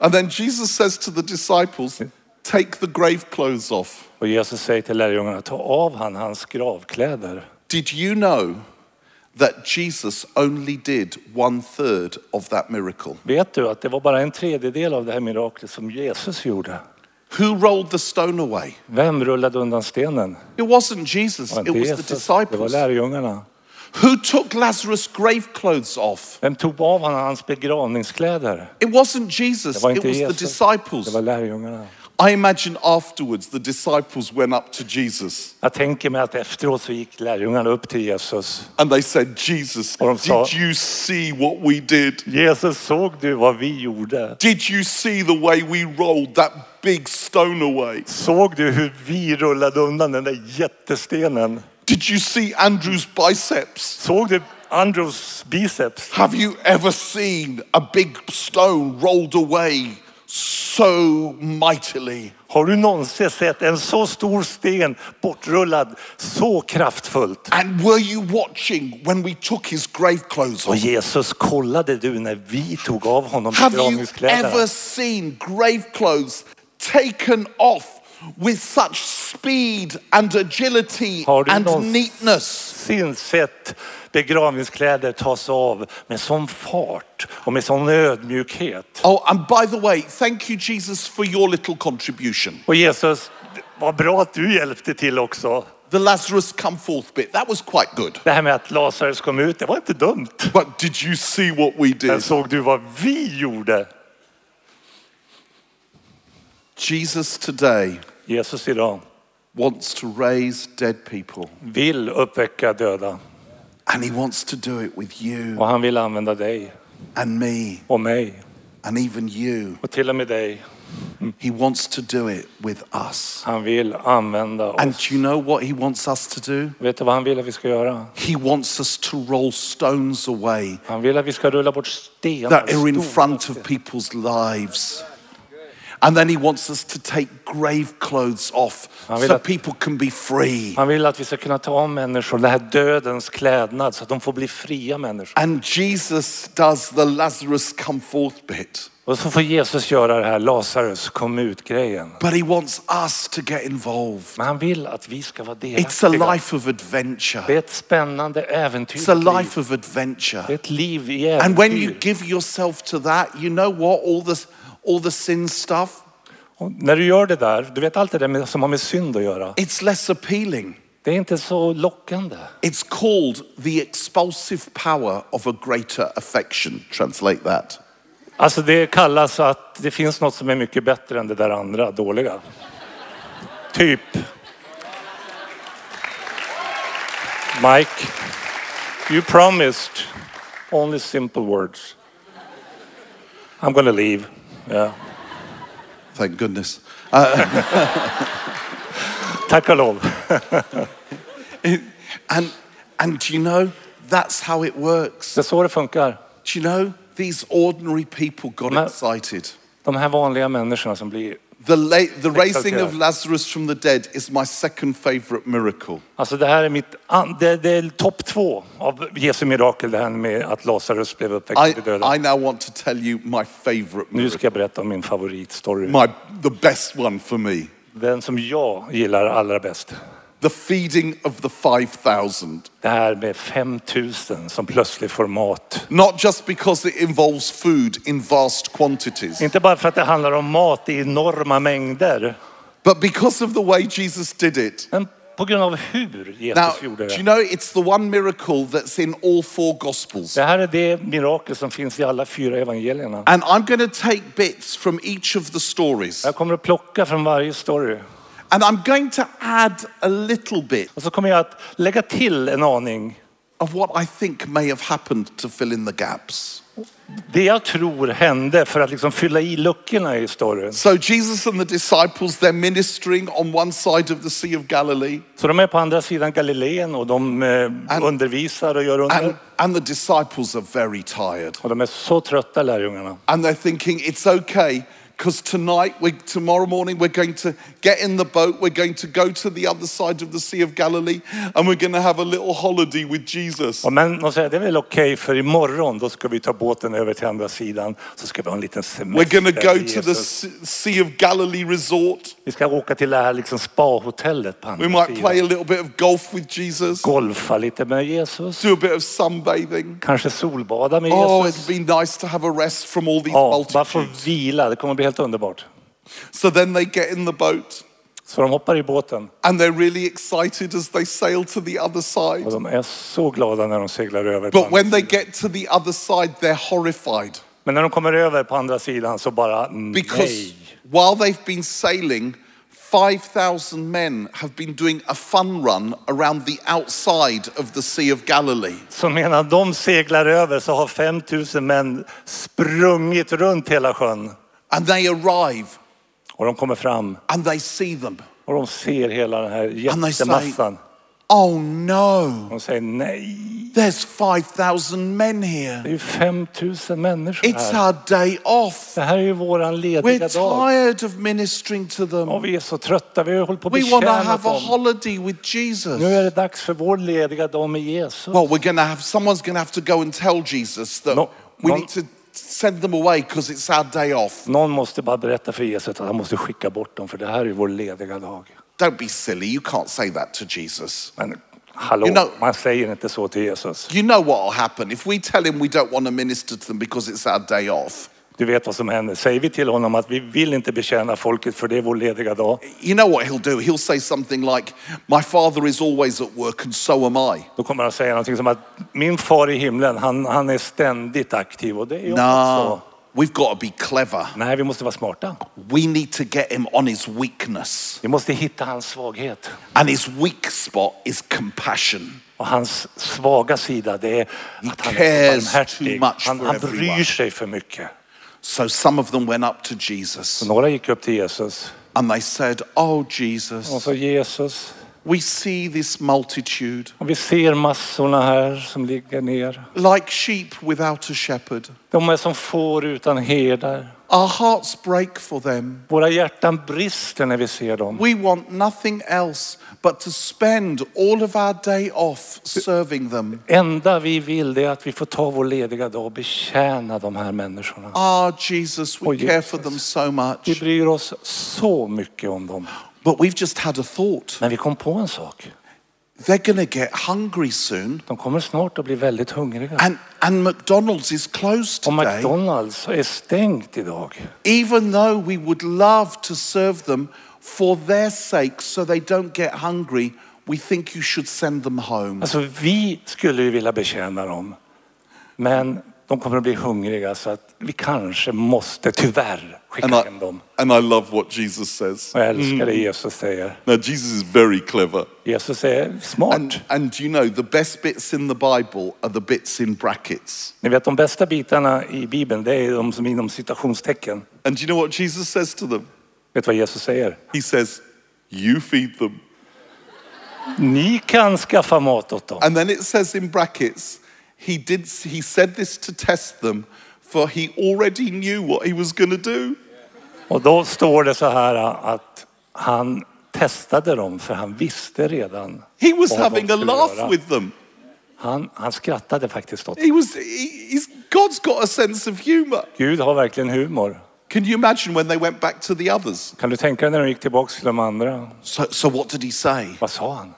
Speaker 2: And then Jesus says to the disciples, Take the grave clothes off.
Speaker 3: Och Jesus säger till lärjungarna, ta av han hans gravkläder.
Speaker 2: Did you know that Jesus only did one third of that miracle?
Speaker 3: Vet du att det var bara en tredjedel av det här miraklet som Jesus gjorde?
Speaker 2: Who rolled the stone away?
Speaker 3: Vem rullade undan stenen?
Speaker 2: It wasn't Jesus,
Speaker 3: Det var
Speaker 2: it
Speaker 3: inte
Speaker 2: was the
Speaker 3: Jesus, det var
Speaker 2: disciples.
Speaker 3: lärjungarna.
Speaker 2: Who took Lazarus' grave clothes off?
Speaker 3: Vem tog av honom hans begravningskläder?
Speaker 2: It wasn't Jesus,
Speaker 3: Det var
Speaker 2: it
Speaker 3: inte
Speaker 2: was the
Speaker 3: Jesus, det
Speaker 2: disciples.
Speaker 3: var lärjungarna.
Speaker 2: I imagine afterwards the disciples went up to Jesus
Speaker 3: Jag tänker mig att efteråt så gick lärjungarna upp till Jesus.
Speaker 2: and they said, Jesus,
Speaker 3: Och de sa-
Speaker 2: did you see what we did?
Speaker 3: Jesus, såg du vad vi gjorde?
Speaker 2: Did you see the way we rolled that big stone away?
Speaker 3: Såg du hur vi rullade undan den där jättestenen?
Speaker 2: Did you see Andrew's biceps?
Speaker 3: Såg du Andrews biceps?
Speaker 2: Have you ever seen a big stone rolled away so mightily?
Speaker 3: Har du någonsin sett en så stor sten bortrullad så kraftfullt?
Speaker 2: And were you watching when we took his grave clothes
Speaker 3: Och
Speaker 2: off?
Speaker 3: Jesus, kollade du när vi tog av honom
Speaker 2: Have you ever
Speaker 3: begravningskläderna?
Speaker 2: seen grave clothes taken off with such speed and agility
Speaker 3: Har du
Speaker 2: and
Speaker 3: någon-
Speaker 2: neatness?
Speaker 3: Sin sett begravningskläder tas av med sån fart och med sån ödmjukhet.
Speaker 2: Oh, and by the way, thank you, Jesus, for your little contribution.
Speaker 3: Och Jesus, vad bra att du hjälpte till också.
Speaker 2: The Lazarus come forth bit, that was quite good.
Speaker 3: Det här med att Lazarus kom ut, det var inte dumt.
Speaker 2: But did you see what we
Speaker 3: Men
Speaker 2: did?
Speaker 3: såg du vad vi gjorde?
Speaker 2: Jesus today
Speaker 3: Jesus idag
Speaker 2: wants to raise dead people,
Speaker 3: vill uppväcka döda
Speaker 2: and he wants to do it with you
Speaker 3: och han vill använda dig
Speaker 2: and me
Speaker 3: och mig
Speaker 2: and even you.
Speaker 3: och till och med dig.
Speaker 2: He wants to do it with us.
Speaker 3: Han vill använda oss.
Speaker 2: And do you know what he wants us to do?
Speaker 3: Vet du vad han vill att vi ska göra?
Speaker 2: He wants us to roll stones away
Speaker 3: Han vill att vi ska rulla bort
Speaker 2: that are in
Speaker 3: stenar. stora
Speaker 2: front of people's lives. And then he wants us to take grave clothes off
Speaker 3: Han vill
Speaker 2: so
Speaker 3: att-
Speaker 2: people can be free.
Speaker 3: Han vill att vi ska kunna ta av människor den här dödens klädnad så att de får bli fria människor.
Speaker 2: And Jesus does the Lazarus come forth bit,
Speaker 3: Och så får Jesus göra det här Lazarus kom ut-grejen.
Speaker 2: but he wants us to get involved.
Speaker 3: Men han vill att vi ska vara
Speaker 2: It's a
Speaker 3: delaktiga.
Speaker 2: life of adventure.
Speaker 3: Det är ett spännande äventyr.
Speaker 2: It's a life of adventure.
Speaker 3: Det är ett liv i
Speaker 2: And when you
Speaker 3: äventyr.
Speaker 2: give yourself to that, you know what? All the, all the sin stuff,
Speaker 3: Och När du gör det där, du vet allt det där med, som har med synd att göra.
Speaker 2: it's less appealing.
Speaker 3: Det är inte så lockande.
Speaker 2: It's called the expulsive power of a greater affection. Translate that.
Speaker 3: Alltså det kallas att det finns något som är mycket bättre än det där andra dåliga. Typ. Mike, you promised only simple words. I'm gonna leave. Yeah.
Speaker 2: Thank goodness. Uh,
Speaker 3: Tack och lov.
Speaker 2: And and do you know that's how it works?
Speaker 3: Det är så det funkar.
Speaker 2: Do you know these ordinary people got
Speaker 3: Ma-
Speaker 2: excited?
Speaker 3: De här vanliga människorna som blir...
Speaker 2: The la- the raising
Speaker 3: okay.
Speaker 2: of Lazarus from the dead is my second favorite miracle.
Speaker 3: Alltså det här är mitt... an- Det, det är topp två av Jesu mirakel, det här med att Lazarus blev uppväckt
Speaker 2: I
Speaker 3: ur döden.
Speaker 2: I now want to tell you my favorite
Speaker 3: Nu ska
Speaker 2: miracle.
Speaker 3: jag berätta om min favoritstory.
Speaker 2: My the best one for me.
Speaker 3: Den som jag gillar allra bäst.
Speaker 2: the feeding of the 5,000.
Speaker 3: Det här med 5000 som plötslig format.
Speaker 2: Not just because it involves food in vast quantities,
Speaker 3: Inte bara för att det handlar om mat i enorma mängder,
Speaker 2: but because of the way Jesus did it.
Speaker 3: men på grund av hur
Speaker 2: Now,
Speaker 3: Jesus gjorde
Speaker 2: do you
Speaker 3: det.
Speaker 2: know it's the one miracle that's in all four Gospels?
Speaker 3: Det här är det mirakel som finns i alla fyra evangelierna.
Speaker 2: And I'm going to take bits from each of the stories.
Speaker 3: Jag kommer att plocka från varje story.
Speaker 2: And I'm going to add a little bit
Speaker 3: Och så kommer jag att lägga till en aning.
Speaker 2: of what I think may have happened to fill in the gaps.
Speaker 3: Det jag tror hände för att liksom fylla i luckorna i storyn.
Speaker 2: So, Jesus and the disciples, they're ministering on one side of the Sea of Galilee,
Speaker 3: Så de är på andra sidan Galileen och de eh, undervisar och gör under.
Speaker 2: and, and the disciples are very tired.
Speaker 3: Och de är så trötta lärjungarna.
Speaker 2: And they're thinking, it's okay, because tonight, we, tomorrow morning, we're going to get in the boat, we're going to go to the other side of the Sea of Galilee, and we're going to have a little holiday with Jesus.
Speaker 3: Ja, Men de säger det är väl okej för imorgon då ska vi ta båten över till andra sidan. Så ska vi ha en liten semester.
Speaker 2: We're going to go
Speaker 3: med
Speaker 2: to the
Speaker 3: Jesus.
Speaker 2: S- Sea of Galilee resort.
Speaker 3: Vi ska åka till det här liksom spahotellet på andra
Speaker 2: We might
Speaker 3: sidan.
Speaker 2: play a little bit of golf with Jesus,
Speaker 3: Golfa lite med Jesus.
Speaker 2: do a bit of sunbathing.
Speaker 3: Kanske solbada med
Speaker 2: Oh,
Speaker 3: Jesus.
Speaker 2: it'd be nice to have a rest from all these
Speaker 3: Ja, bara få
Speaker 2: multitudes.
Speaker 3: vila. Det kommer bli helt underbart.
Speaker 2: So then they get in the boat
Speaker 3: Så de hoppar i båten
Speaker 2: and they're really excited as they sail to the other side.
Speaker 3: och de är så glada när de seglar över. på
Speaker 2: But
Speaker 3: andra
Speaker 2: when they
Speaker 3: sidan.
Speaker 2: get to the other side, they're horrified.
Speaker 3: Men när de kommer över på andra sidan så bara mm,
Speaker 2: Because
Speaker 3: nej.
Speaker 2: while they've been sailing, 5,000 men have been doing a fun run around the outside of the Sea of Galilee.
Speaker 3: Så medan de seglar över så har 5000 män sprungit runt hela sjön.
Speaker 2: And they arrive
Speaker 3: Och de kommer fram
Speaker 2: and they see them.
Speaker 3: och de ser hela den här
Speaker 2: And they say,
Speaker 3: jättemassan.
Speaker 2: Oh no,
Speaker 3: De säger nej,
Speaker 2: there's 5,000 men here.
Speaker 3: det är ju 5000 människor
Speaker 2: It's
Speaker 3: här.
Speaker 2: our day off.
Speaker 3: Det här är ju våran
Speaker 2: We're
Speaker 3: lediga dag.
Speaker 2: tired of ministering to them.
Speaker 3: Och vi är så trötta, vi har hållit på att
Speaker 2: We want to
Speaker 3: betjäna
Speaker 2: have a
Speaker 3: dem.
Speaker 2: holiday with
Speaker 3: Nu
Speaker 2: Jesus.
Speaker 3: är det dags för vår lediga dag med Jesus.
Speaker 2: Well, we're going to have, someone's going to have to go and tell Jesus that
Speaker 3: No,
Speaker 2: we
Speaker 3: no.
Speaker 2: need to send them away because it's our day off.
Speaker 3: Någon måste bara berätta för Jesus att han måste skicka bort dem för det här är vår lediga dag.
Speaker 2: Don't be silly. You can't say that to Jesus.
Speaker 3: Men hallå,
Speaker 2: You know-
Speaker 3: man säger inte så till Jesus.
Speaker 2: You know what will happen. If we tell him we don't want to minister to them because it's our day off,
Speaker 3: Du vet vad som händer. Säger vi till honom att vi vill inte betjäna folket för det är vår lediga dag,
Speaker 2: you know what he'll do? He'll say something like, My father is always at work and so am I.
Speaker 3: då kommer han säga någonting som att min far i himlen, han, han är ständigt aktiv och det är jag
Speaker 2: No,
Speaker 3: också.
Speaker 2: we've got to be clever.
Speaker 3: Nej, vi måste vara smarta.
Speaker 2: We need to get him on his weakness.
Speaker 3: Vi måste hitta hans svaghet.
Speaker 2: And his weak spot is compassion.
Speaker 3: Och hans svaga sida, det är att han är
Speaker 2: cares
Speaker 3: barmhärtig.
Speaker 2: too much
Speaker 3: Han,
Speaker 2: for
Speaker 3: han
Speaker 2: everyone.
Speaker 3: bryr sig för mycket.
Speaker 2: So some of them went up to Jesus
Speaker 3: Några gick upp till Jesus
Speaker 2: and they said, Oh,
Speaker 3: och
Speaker 2: Jesus,
Speaker 3: sa Jesus,
Speaker 2: we see this multitude
Speaker 3: Och vi ser massorna här som ligger ner.
Speaker 2: like sheep without a shepherd.
Speaker 3: De är som får utan herdar.
Speaker 2: Our hearts break for them.
Speaker 3: Våra hjärtan brister när vi ser dem.
Speaker 2: We want nothing else but to spend all of our day off serving them.
Speaker 3: Enda vi vill det är att vi får ta vår lediga dag och betjäna de här människorna.
Speaker 2: Ah, Jesus, we
Speaker 3: Oh,
Speaker 2: care for
Speaker 3: Jesus.
Speaker 2: them so
Speaker 3: Vi
Speaker 2: much.
Speaker 3: bryr oss så mycket om dem.
Speaker 2: But we've just had a thought.
Speaker 3: Men vi kom på en sak.
Speaker 2: They're going to get hungry soon,
Speaker 3: De kommer snart att bli väldigt hungriga.
Speaker 2: and, and McDonald's is closed
Speaker 3: Och
Speaker 2: today.
Speaker 3: McDonalds är stängt idag.
Speaker 2: Even though we would love to serve them for their sake so they don't get hungry, we think you should send them home.
Speaker 3: Alltså vi skulle ju vilja betjäna dem. Men de kommer att bli hungriga så att vi kanske måste tyvärr
Speaker 2: And
Speaker 3: skicka hem
Speaker 2: I,
Speaker 3: dem.
Speaker 2: and I love what Jesus says.
Speaker 3: Och jag älskar det Jesus säger.
Speaker 2: Now, Jesus is very clever.
Speaker 3: Jesus är smart.
Speaker 2: And, and you know, the best bits in the Bible are the bits in brackets.
Speaker 3: Ni vet de bästa bitarna i Bibeln, det är de som är inom citationstecken.
Speaker 2: And do you know what Jesus says to them?
Speaker 3: Vet vad Jesus säger?
Speaker 2: He says, You feed them.
Speaker 3: Ni kan skaffa mat åt dem.
Speaker 2: And then it says in brackets, he, did, he said this to test them, for he already knew what he was going to do.
Speaker 3: Och då står det så här att han testade dem för han visste redan.
Speaker 2: He was
Speaker 3: vad de
Speaker 2: having a
Speaker 3: skulle
Speaker 2: laugh
Speaker 3: göra.
Speaker 2: with them.
Speaker 3: han, han skrattade faktiskt åt dem.
Speaker 2: He was, he, he's, God's got a sense of humor.
Speaker 3: Gud har verkligen humor.
Speaker 2: Can you imagine when they went back to the others?
Speaker 3: Kan du tänka dig när de gick tillbaka till de andra?
Speaker 2: So, so what did he say?
Speaker 3: Vad sa han?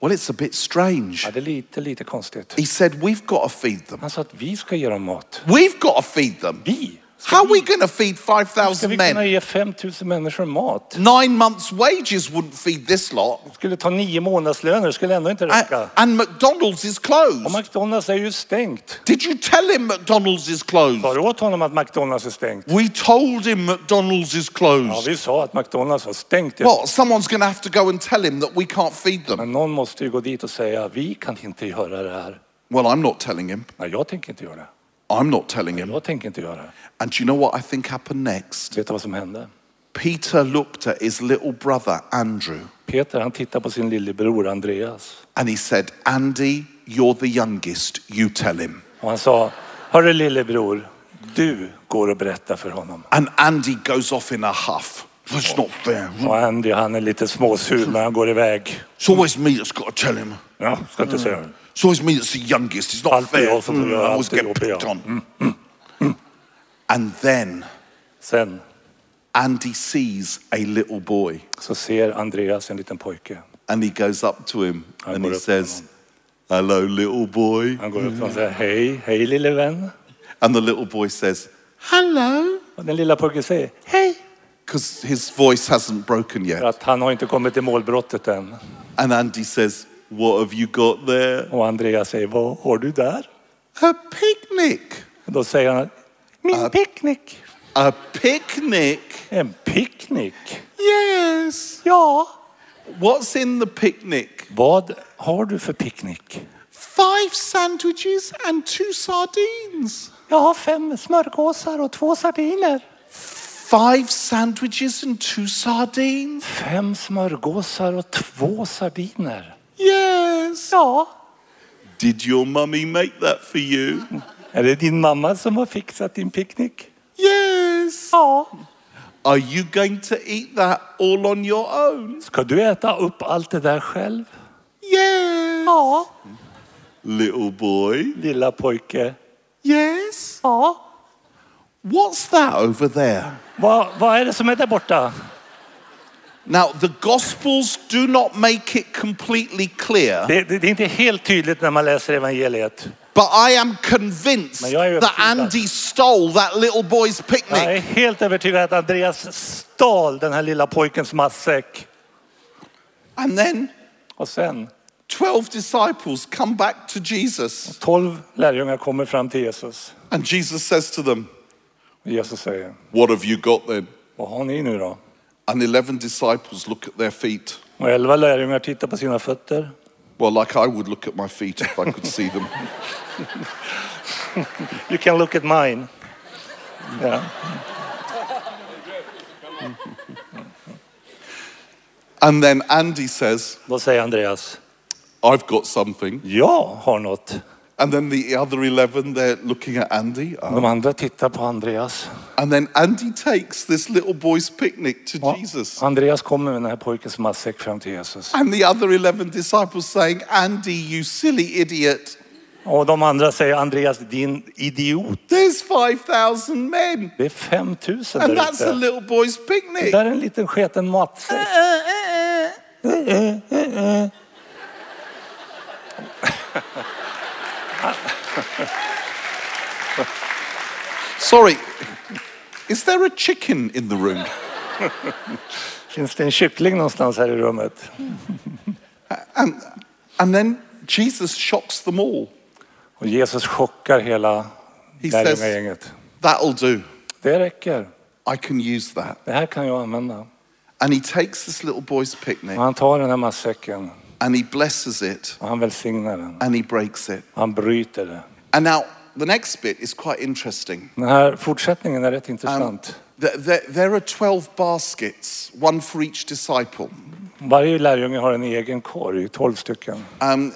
Speaker 2: Well, it's a bit strange.
Speaker 3: Ja, det är lite, lite konstigt.
Speaker 2: He said, We've got to feed them.
Speaker 3: Han sa att vi ska ge dem mat.
Speaker 2: We've got to feed them.
Speaker 3: Vi? Ska
Speaker 2: How are
Speaker 3: vi,
Speaker 2: we going to feed
Speaker 3: ska vi
Speaker 2: 5,000
Speaker 3: kunna
Speaker 2: men?
Speaker 3: ge 5000 människor mat?
Speaker 2: Nine months' wages wouldn't feed this lot.
Speaker 3: Det skulle ta nio månadslöner, det skulle ändå inte räcka.
Speaker 2: And, and McDonald's is closed.
Speaker 3: Och McDonalds är ju stängt.
Speaker 2: Did you tell him McDonald's is closed?
Speaker 3: Sa du åt honom att McDonalds är stängt?
Speaker 2: We told him McDonald's is
Speaker 3: Ja,
Speaker 2: closed.
Speaker 3: vi sa att McDonalds var stängt. ja.
Speaker 2: Well, someone's going to have to go and tell him that we can't feed them.
Speaker 3: Men någon måste ju gå dit och säga, vi kan inte göra det här.
Speaker 2: Well, I'm not telling him.
Speaker 3: Nej, jag tänker inte göra det.
Speaker 2: I'm not telling him.
Speaker 3: Jag tänker inte göra det.
Speaker 2: And do you know what I think happened next?
Speaker 3: Vet du vad som hände?
Speaker 2: Peter looked at his little brother, Andrew,
Speaker 3: Peter, han tittar på sin lillebror Andreas.
Speaker 2: and he said, Andy, you're the youngest. You tell him.
Speaker 3: Och han sa, hörru lillebror, du går och berättar för honom.
Speaker 2: And Andy goes off in a huff. That's not fair.
Speaker 3: Och Andy, han är lite småsur när han går iväg.
Speaker 2: It's always me that's got to tell him.
Speaker 3: Ja, ska inte säga det.
Speaker 2: It's always me that's the youngest. It's not
Speaker 3: Alltid
Speaker 2: fair.
Speaker 3: jag som får
Speaker 2: Mm,
Speaker 3: göra
Speaker 2: I always
Speaker 3: allt
Speaker 2: get
Speaker 3: jobb,
Speaker 2: picked
Speaker 3: ja.
Speaker 2: on. Mm, And then
Speaker 3: Sen
Speaker 2: Andy sees a little boy
Speaker 3: så ser Andreas en liten pojke.
Speaker 2: and he goes up to him
Speaker 3: I
Speaker 2: and
Speaker 3: put
Speaker 2: he
Speaker 3: up
Speaker 2: says, Hello, little boy.
Speaker 3: Han går upp och säger, hej, hej lille vän.
Speaker 2: And the little boy says, Hello.
Speaker 3: Och den lilla pojken säger, hej.
Speaker 2: Because his voice hasn't broken
Speaker 3: För
Speaker 2: yet.
Speaker 3: att han har inte kommit till målbrottet än.
Speaker 2: And Andy says, What have you got there?
Speaker 3: Och Andreas säger, vad har du där?
Speaker 2: A picnic.
Speaker 3: Och då säger han, min picknick.
Speaker 2: A picnic?
Speaker 3: En picknick?
Speaker 2: Yes.
Speaker 3: Ja.
Speaker 2: What's in the picnic?
Speaker 3: Vad har du för picknick?
Speaker 2: Five sandwiches and two sardines.
Speaker 3: Jag har fem smörgåsar och två sardiner.
Speaker 2: Five sandwiches and two sardines?
Speaker 3: Fem smörgåsar och två sardiner?
Speaker 2: Yes.
Speaker 3: Ja.
Speaker 2: Did your mummy make that for you?
Speaker 3: Är det din mamma som har fixat din picknick?
Speaker 2: Yes.
Speaker 3: Ja.
Speaker 2: Are you going to eat that all on your own?
Speaker 3: Ska du äta upp allt det där själv?
Speaker 2: Yes.
Speaker 3: Ja.
Speaker 2: Little boy?
Speaker 3: Lilla pojke.
Speaker 2: Yes.
Speaker 3: Ja.
Speaker 2: What's that over there?
Speaker 3: Vad, vad är det som är där borta?
Speaker 2: Now, the Gospels do not make it completely clear,
Speaker 3: Det, det, det är inte helt tydligt när man läser evangeliet.
Speaker 2: but I am convinced
Speaker 3: Men jag är
Speaker 2: that
Speaker 3: övertygad.
Speaker 2: Andy stole that little boy's
Speaker 3: Jag
Speaker 2: picnic.
Speaker 3: är helt övertygad att Andreas stal den här lilla pojkens matsäck.
Speaker 2: And then
Speaker 3: Och sen,
Speaker 2: 12 disciples come back to Jesus,
Speaker 3: tolv lärjungar kommer fram till Jesus.
Speaker 2: and Jesus says to them,
Speaker 3: Och Jesus säger,
Speaker 2: What have you got then?
Speaker 3: vad har ni nu då?
Speaker 2: And 11 disciples look at their feet.
Speaker 3: Och elva lärjungar tittar på sina fötter.
Speaker 2: Well, like I would look at my feet if I could see them.
Speaker 3: You can look at mine. Ja.
Speaker 2: And then Andy says,
Speaker 3: Då säger Andreas,
Speaker 2: I've got something.
Speaker 3: jag har något.
Speaker 2: And then the other 11, they're looking at Andy. Oh.
Speaker 3: De andra tittar på Andreas.
Speaker 2: And then Andy takes this little boy's picnic to
Speaker 3: Ja.
Speaker 2: Jesus.
Speaker 3: Andreas kommer med den här pojkens matsäck fram till Jesus.
Speaker 2: And the other 11 disciples saying, Andy, you silly idiot,
Speaker 3: Och de andra säger, Andreas din idiot.
Speaker 2: there's 5,000 men.
Speaker 3: Det är 5000
Speaker 2: And
Speaker 3: där
Speaker 2: that's a
Speaker 3: ute.
Speaker 2: little boy's
Speaker 3: Det
Speaker 2: picnic.
Speaker 3: där är en liten sketen matsäck.
Speaker 2: Sorry, is there a chicken in the room?
Speaker 3: Finns det en kyckling någonstans här i rummet?
Speaker 2: And then Jesus shocks them all.
Speaker 3: Och Jesus chockar hela
Speaker 2: He says,
Speaker 3: lärjungagänget.
Speaker 2: That'll do.
Speaker 3: Det räcker.
Speaker 2: I can use that.
Speaker 3: Det här kan jag använda.
Speaker 2: And he takes this little boy's picnic
Speaker 3: Och han tar den här matsäcken
Speaker 2: and he blesses it
Speaker 3: och han välsignar den.
Speaker 2: and he breaks it.
Speaker 3: Han bryter det.
Speaker 2: And now the next bit is quite interesting.
Speaker 3: Den här fortsättningen är rätt
Speaker 2: Um,
Speaker 3: intressant.
Speaker 2: th- th- there are 12 baskets, one for each disciple.
Speaker 3: Varje lärjunge har en egen korg, tolv stycken.
Speaker 2: Um,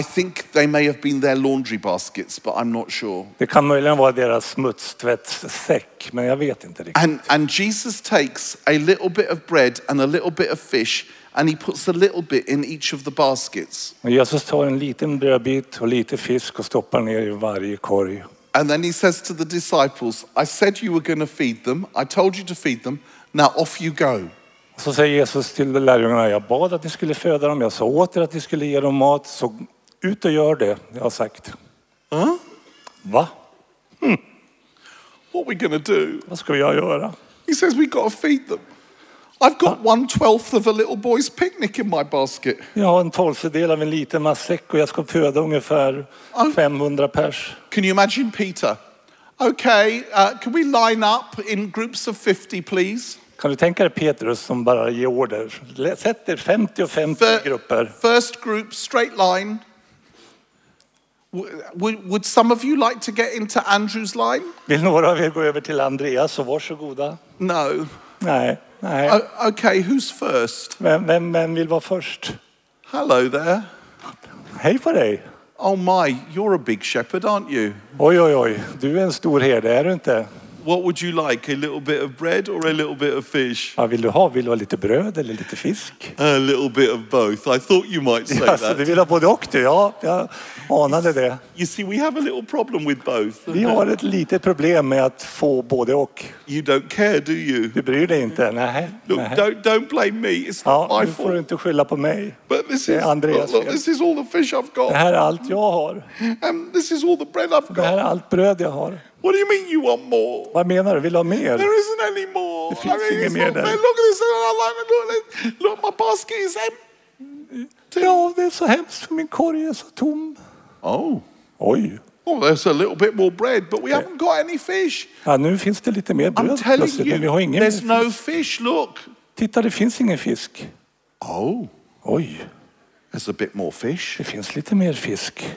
Speaker 2: I think they may have been their laundry baskets, but I'm not sure.
Speaker 3: Det kan möjligen vara deras smutstvättssäck, men jag vet inte riktigt.
Speaker 2: And, and Jesus takes a little bit of bread and a little bit of fish, and he puts a little bit in each of the baskets.
Speaker 3: Men Jesus tar en liten brödbit och lite fisk och stoppar ner i varje korg.
Speaker 2: And then he says to the disciples, I said you were going to feed them. I told you to feed them. Now off you go.
Speaker 3: Så säger Jesus till lärjungarna, jag bad att ni skulle föda dem, jag sa åt er att ni skulle ge dem mat, så ut och gör det jag har sagt. Va?
Speaker 2: What are we going to do?
Speaker 3: Vad ska jag göra?
Speaker 2: He says, we got to feed them. I've got one twelfth of a little boy's picnic in my basket.
Speaker 3: Jag har en tolftedel av en liten matsäck och jag ska föda ungefär 500 pers.
Speaker 2: Can you imagine Peter? Okay, uh, can we line up in groups of 50, please?
Speaker 3: Kan du tänka dig Petrus som bara ger order? Lä- Sätt er 50 och 50
Speaker 2: Fir-
Speaker 3: grupper.
Speaker 2: First group, straight line. W- would, would some of you like to get into Andrew's line?
Speaker 3: Vill några av er gå över till Andreas så varsågoda.
Speaker 2: No.
Speaker 3: Nej, nej.
Speaker 2: O- okay, who's first?
Speaker 3: Vem, vem, vem vill vara först?
Speaker 2: Hello there.
Speaker 3: Hej på dig!
Speaker 2: Oh my, you're a big shepherd, aren't you?
Speaker 3: Oj, oj, oj. Du är en stor herde, är du inte?
Speaker 2: What would you like? A little bit of bread or a little bit of fish?
Speaker 3: Vad vill du ha? Vill du ha lite bröd eller lite fisk?
Speaker 2: A little bit of both. I thought you might say
Speaker 3: Alltså, du
Speaker 2: that.
Speaker 3: vill ha både och du? Ja, jag anade det.
Speaker 2: You see, we have a little problem with both.
Speaker 3: Vi har ett litet problem med att få både och.
Speaker 2: You don't care, do you?
Speaker 3: Du bryr dig inte? Nej.
Speaker 2: Look,
Speaker 3: nej.
Speaker 2: don't don't blame me. It's not
Speaker 3: Ja,
Speaker 2: my
Speaker 3: nu får du
Speaker 2: fault.
Speaker 3: inte skylla på mig.
Speaker 2: But this
Speaker 3: Oh, Yeah,
Speaker 2: is
Speaker 3: Andreas,
Speaker 2: look,
Speaker 3: yeah. Uh-huh.
Speaker 2: this is all the fish I've
Speaker 3: Det
Speaker 2: got,
Speaker 3: här är allt jag har.
Speaker 2: and this is all the bread I've
Speaker 3: Det här
Speaker 2: got.
Speaker 3: är allt bröd jag har.
Speaker 2: What do you mean you want more?
Speaker 3: Vad menar du? Vill du ha mer?
Speaker 2: There isn't any more. I
Speaker 3: finns
Speaker 2: mean,
Speaker 3: inget
Speaker 2: it's
Speaker 3: mer
Speaker 2: not
Speaker 3: där.
Speaker 2: fair. Look at this. Look, look, look, my basket is empty.
Speaker 3: Ja, det är så hemskt för min korg är så tom.
Speaker 2: Oh,
Speaker 3: Oj.
Speaker 2: well, there's a little bit more bread, but we haven't got any fish.
Speaker 3: Ja, nu finns det lite mer
Speaker 2: I'm
Speaker 3: bröd
Speaker 2: telling
Speaker 3: plötsligt,
Speaker 2: you,
Speaker 3: men vi har ingen
Speaker 2: there's
Speaker 3: fisk.
Speaker 2: no fish. Look.
Speaker 3: Titta, det finns ingen fisk.
Speaker 2: Oh,
Speaker 3: Oj,
Speaker 2: there's a bit more fish.
Speaker 3: det finns lite mer fisk.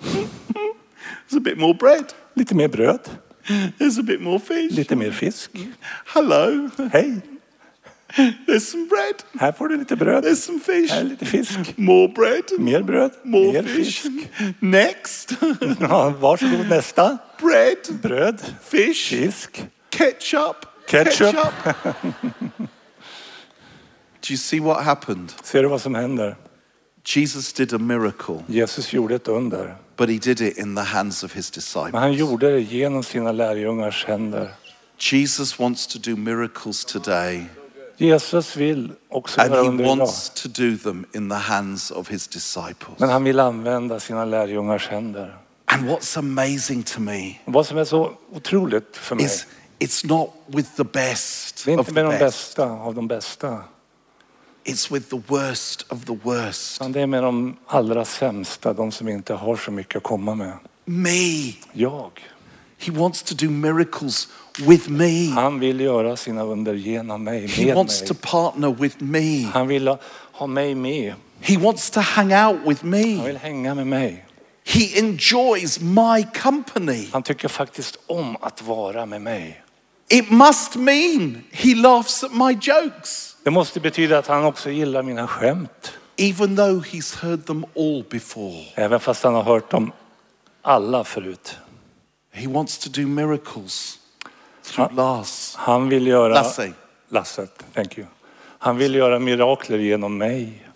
Speaker 2: There's a bit more bread.
Speaker 3: Lite mer bröd,
Speaker 2: There's a bit more fish.
Speaker 3: lite mer fisk.
Speaker 2: Hello.
Speaker 3: Hej,
Speaker 2: There's some bread.
Speaker 3: här får du lite bröd.
Speaker 2: There's some fish.
Speaker 3: Här är lite fisk.
Speaker 2: More bread.
Speaker 3: Mer bröd,
Speaker 2: More
Speaker 3: mer
Speaker 2: fish.
Speaker 3: fisk.
Speaker 2: Next,
Speaker 3: Ja, varsågod nästa.
Speaker 2: bread,
Speaker 3: Bröd,
Speaker 2: fish,
Speaker 3: fisk.
Speaker 2: ketchup,
Speaker 3: Ketchup.
Speaker 2: Do you see what happened?
Speaker 3: Ser du vad som händer?
Speaker 2: Jesus did a miracle,
Speaker 3: Jesus gjorde ett under.
Speaker 2: but he did it in the hands of his
Speaker 3: Men han
Speaker 2: disciples.
Speaker 3: gjorde det genom sina lärjungars händer.
Speaker 2: Jesus wants to do miracles today,
Speaker 3: Jesus vill också
Speaker 2: and
Speaker 3: göra
Speaker 2: he
Speaker 3: under idag.
Speaker 2: wants to do them in the hands of his disciples.
Speaker 3: Men han vill använda sina lärjungars händer.
Speaker 2: And what's amazing to me
Speaker 3: Vad som är så otroligt för mig,
Speaker 2: is it's not with the best
Speaker 3: det är
Speaker 2: of
Speaker 3: inte med
Speaker 2: the
Speaker 3: de
Speaker 2: best,
Speaker 3: bästa av de bästa.
Speaker 2: it's with the worst of the worst.
Speaker 3: Utan det är med de allra sämsta, de som inte har så mycket att komma med.
Speaker 2: Me.
Speaker 3: Jag.
Speaker 2: He wants to do miracles with me.
Speaker 3: Han vill göra sina under genom mig,
Speaker 2: He
Speaker 3: med
Speaker 2: wants to
Speaker 3: mig.
Speaker 2: partner with me.
Speaker 3: Han vill ha, ha mig med.
Speaker 2: He wants to hang out with
Speaker 3: Han
Speaker 2: me.
Speaker 3: vill hänga med mig.
Speaker 2: He enjoys my company.
Speaker 3: Han tycker faktiskt om att vara med mig.
Speaker 2: It must mean he laughs at my jokes,
Speaker 3: Det måste betyda att han också gillar mina skämt.
Speaker 2: even though he's heard them all before.
Speaker 3: Även fast han har hört dem alla förut.
Speaker 2: He wants to do miracles through
Speaker 3: Huh?
Speaker 2: laughs.
Speaker 3: Han vill göra...
Speaker 2: Lasse.
Speaker 3: Lasset, thank you. Han vill göra mirakler genom mig.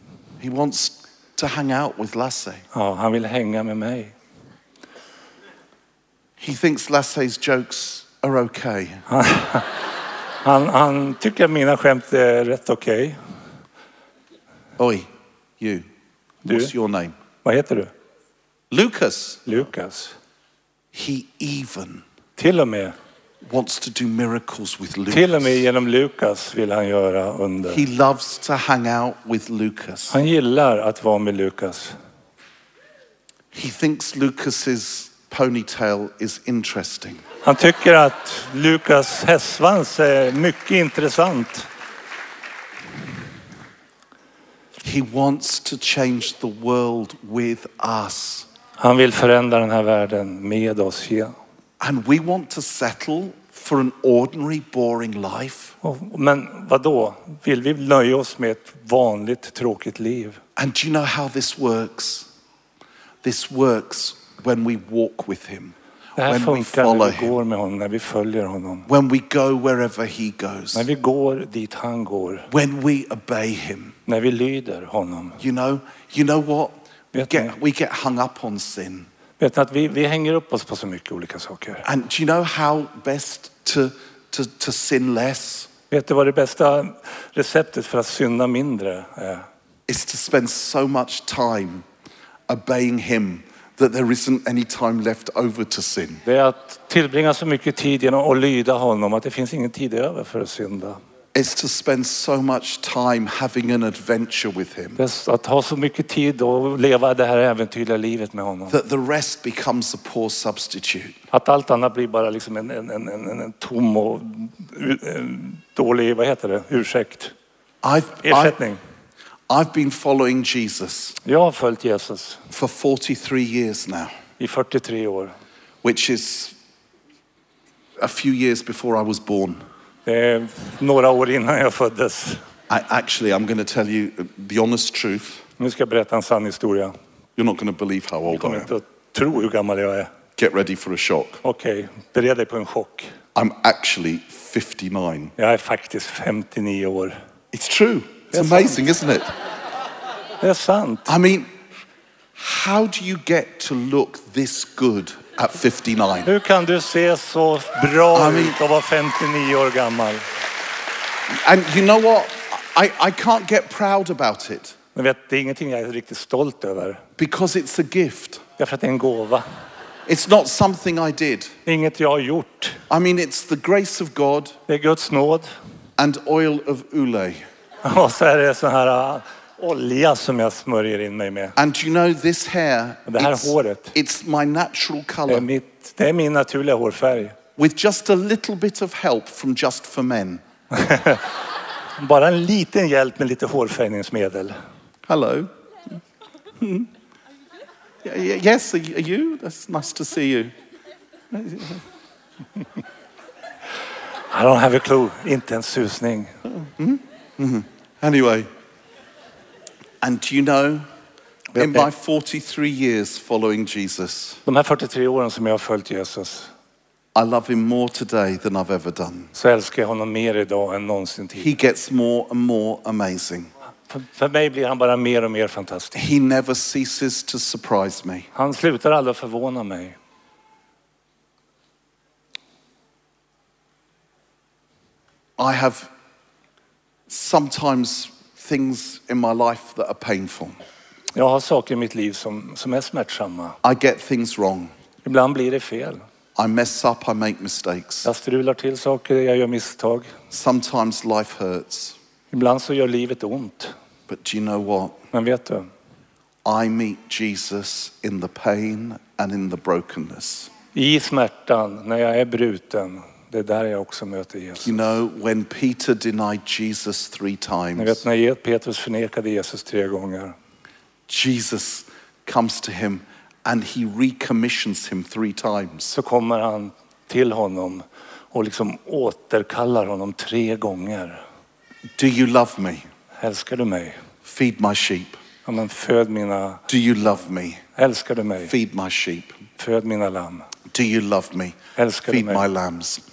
Speaker 2: He wants to hang out with Lasse.
Speaker 3: Ja, han vill hänga med mig.
Speaker 2: He thinks Lasse's jokes are okay.
Speaker 3: Han, han tycker att mina skämt är rätt okej.
Speaker 2: Oi, you.
Speaker 3: Do
Speaker 2: What's
Speaker 3: you?
Speaker 2: your name?
Speaker 3: Vad heter du?
Speaker 2: Lucas.
Speaker 3: Lukas.
Speaker 2: He even
Speaker 3: Till och med
Speaker 2: wants to do miracles with
Speaker 3: Till och med
Speaker 2: Lucas.
Speaker 3: genom Lukas vill han göra under.
Speaker 2: He loves to hang out with Lucas.
Speaker 3: Han gillar att vara med Lukas.
Speaker 2: He thinks Lucas's ponytail is interesting.
Speaker 3: Han tycker att Lukas hästsvans är mycket intressant.
Speaker 2: He wants to change the world with us.
Speaker 3: Han vill förändra den här världen med oss. igen.
Speaker 2: And we want to settle for an ordinary, boring life.
Speaker 3: Och- Men vad då? Vill vi nöja oss med ett vanligt tråkigt liv?
Speaker 2: And do you know how this works? This works when we walk with him,
Speaker 3: Det här
Speaker 2: when we
Speaker 3: funkar
Speaker 2: follow
Speaker 3: när vi
Speaker 2: him,
Speaker 3: går med honom, när vi följer honom.
Speaker 2: when we go wherever he goes,
Speaker 3: När vi går dit han går,
Speaker 2: when we obey him.
Speaker 3: när vi lyder honom.
Speaker 2: You know, you know what? We
Speaker 3: Vet ni?
Speaker 2: get, we get hung up on sin.
Speaker 3: Vet ni att vi, vi hänger upp oss på så mycket olika saker.
Speaker 2: And do you know how best to, to, to sin less?
Speaker 3: Vet du vad det bästa receptet för att synda mindre är?
Speaker 2: Is to spend so much time obeying Him that there isn't any time left over to sin.
Speaker 3: Det är att tillbringa så mycket tid genom att lyda honom att det finns ingen tid över för att synda.
Speaker 2: Is to spend so much time having an adventure with Him
Speaker 3: Det är att ha så mycket tid och leva det här äventyrliga livet med honom.
Speaker 2: that the rest becomes a poor substitute.
Speaker 3: Att allt annat blir bara liksom en, en, en, en, en tom och u- en dålig, vad heter det, ursäkt.
Speaker 2: I've, I,
Speaker 3: Ersättning.
Speaker 2: I've been following Jesus
Speaker 3: Jag har följt Jesus
Speaker 2: for 43 years now,
Speaker 3: i 43 år.
Speaker 2: which is a few years before I was born.
Speaker 3: Det är några år innan jag föddes.
Speaker 2: I, actually, I'm going to tell you the honest truth.
Speaker 3: Nu ska jag berätta en sann historia.
Speaker 2: You're not going to believe how old
Speaker 3: Kom
Speaker 2: I am.
Speaker 3: inte att tro hur gammal jag är.
Speaker 2: Get ready for a shock.
Speaker 3: Okej, bered dig på en chock.
Speaker 2: I'm actually 59.
Speaker 3: Jag är faktiskt 59 år.
Speaker 2: It's true. It's
Speaker 3: Yes,
Speaker 2: amazing, isn't it?
Speaker 3: Det är sant.
Speaker 2: I mean, how do you get to look this good at 59?
Speaker 3: Hur kan du se så bra
Speaker 2: Amen.
Speaker 3: ut och vara 59 år gammal?
Speaker 2: And you know what? I, I can't get proud about it
Speaker 3: Men vet, det är ingenting jag är riktigt stolt över.
Speaker 2: because it's a gift.
Speaker 3: Därför att det är en gåva.
Speaker 2: It's not something I did.
Speaker 3: Det är Inget jag har gjort.
Speaker 2: I mean, it's the grace of God
Speaker 3: Det är Guds nåd.
Speaker 2: and oil of Ule.
Speaker 3: Och så är det sån här äh, olja som jag smörjer in mig med.
Speaker 2: And you know, this hair,
Speaker 3: Det här
Speaker 2: it's,
Speaker 3: håret.
Speaker 2: it's my natural
Speaker 3: Det är,
Speaker 2: color
Speaker 3: mitt, det är min naturliga hårfärg.
Speaker 2: with just a little bit of help from Just for Men.
Speaker 3: Bara en liten hjälp med lite hårfärgningsmedel.
Speaker 2: Hello. Hmm. Y- y- Yes, are y- are you? That's nice to see you.
Speaker 3: I don't have a clue. Inte en susning.
Speaker 2: Anyway, and do you know,
Speaker 3: Yep,
Speaker 2: in
Speaker 3: yep.
Speaker 2: my 43 years following Jesus,
Speaker 3: De här 43 åren som jag har följt Jesus
Speaker 2: I love him more today than I've ever done.
Speaker 3: så älskar jag honom mer idag än någonsin tidigare.
Speaker 2: He gets more and more amazing.
Speaker 3: För, för mig blir han bara mer och mer fantastisk.
Speaker 2: He never ceases to surprise me.
Speaker 3: Han slutar aldrig förvåna mig.
Speaker 2: I have sometimes things in my life that are painful.
Speaker 3: Jag har saker i mitt liv som, som är smärtsamma.
Speaker 2: I get things wrong.
Speaker 3: Ibland blir det fel.
Speaker 2: I mess up, I make mistakes.
Speaker 3: Jag strular till saker, jag gör misstag.
Speaker 2: Sometimes life hurts.
Speaker 3: Ibland så gör livet ont.
Speaker 2: But do you know what?
Speaker 3: Men vet du?
Speaker 2: I meet Jesus in the pain and in the brokenness.
Speaker 3: I smärtan, när jag är bruten, det är där jag också möter
Speaker 2: You
Speaker 3: Jesus.
Speaker 2: know, when Peter denied Jesus three
Speaker 3: Ni vet
Speaker 2: times,
Speaker 3: när Petrus förnekade Jesus tre gånger.
Speaker 2: Jesus comes to him and he recommissions him three times.
Speaker 3: Så kommer han till honom och liksom återkallar honom tre gånger.
Speaker 2: Do you love me?
Speaker 3: Älskar du mig?
Speaker 2: Feed my sheep.
Speaker 3: Ja, men föd mina...
Speaker 2: Do you love me?
Speaker 3: Älskar du mig?
Speaker 2: Feed my sheep.
Speaker 3: Föd mina lamm.
Speaker 2: Do you love me?
Speaker 3: Älskar du
Speaker 2: Feed my
Speaker 3: mig?
Speaker 2: lambs. Now,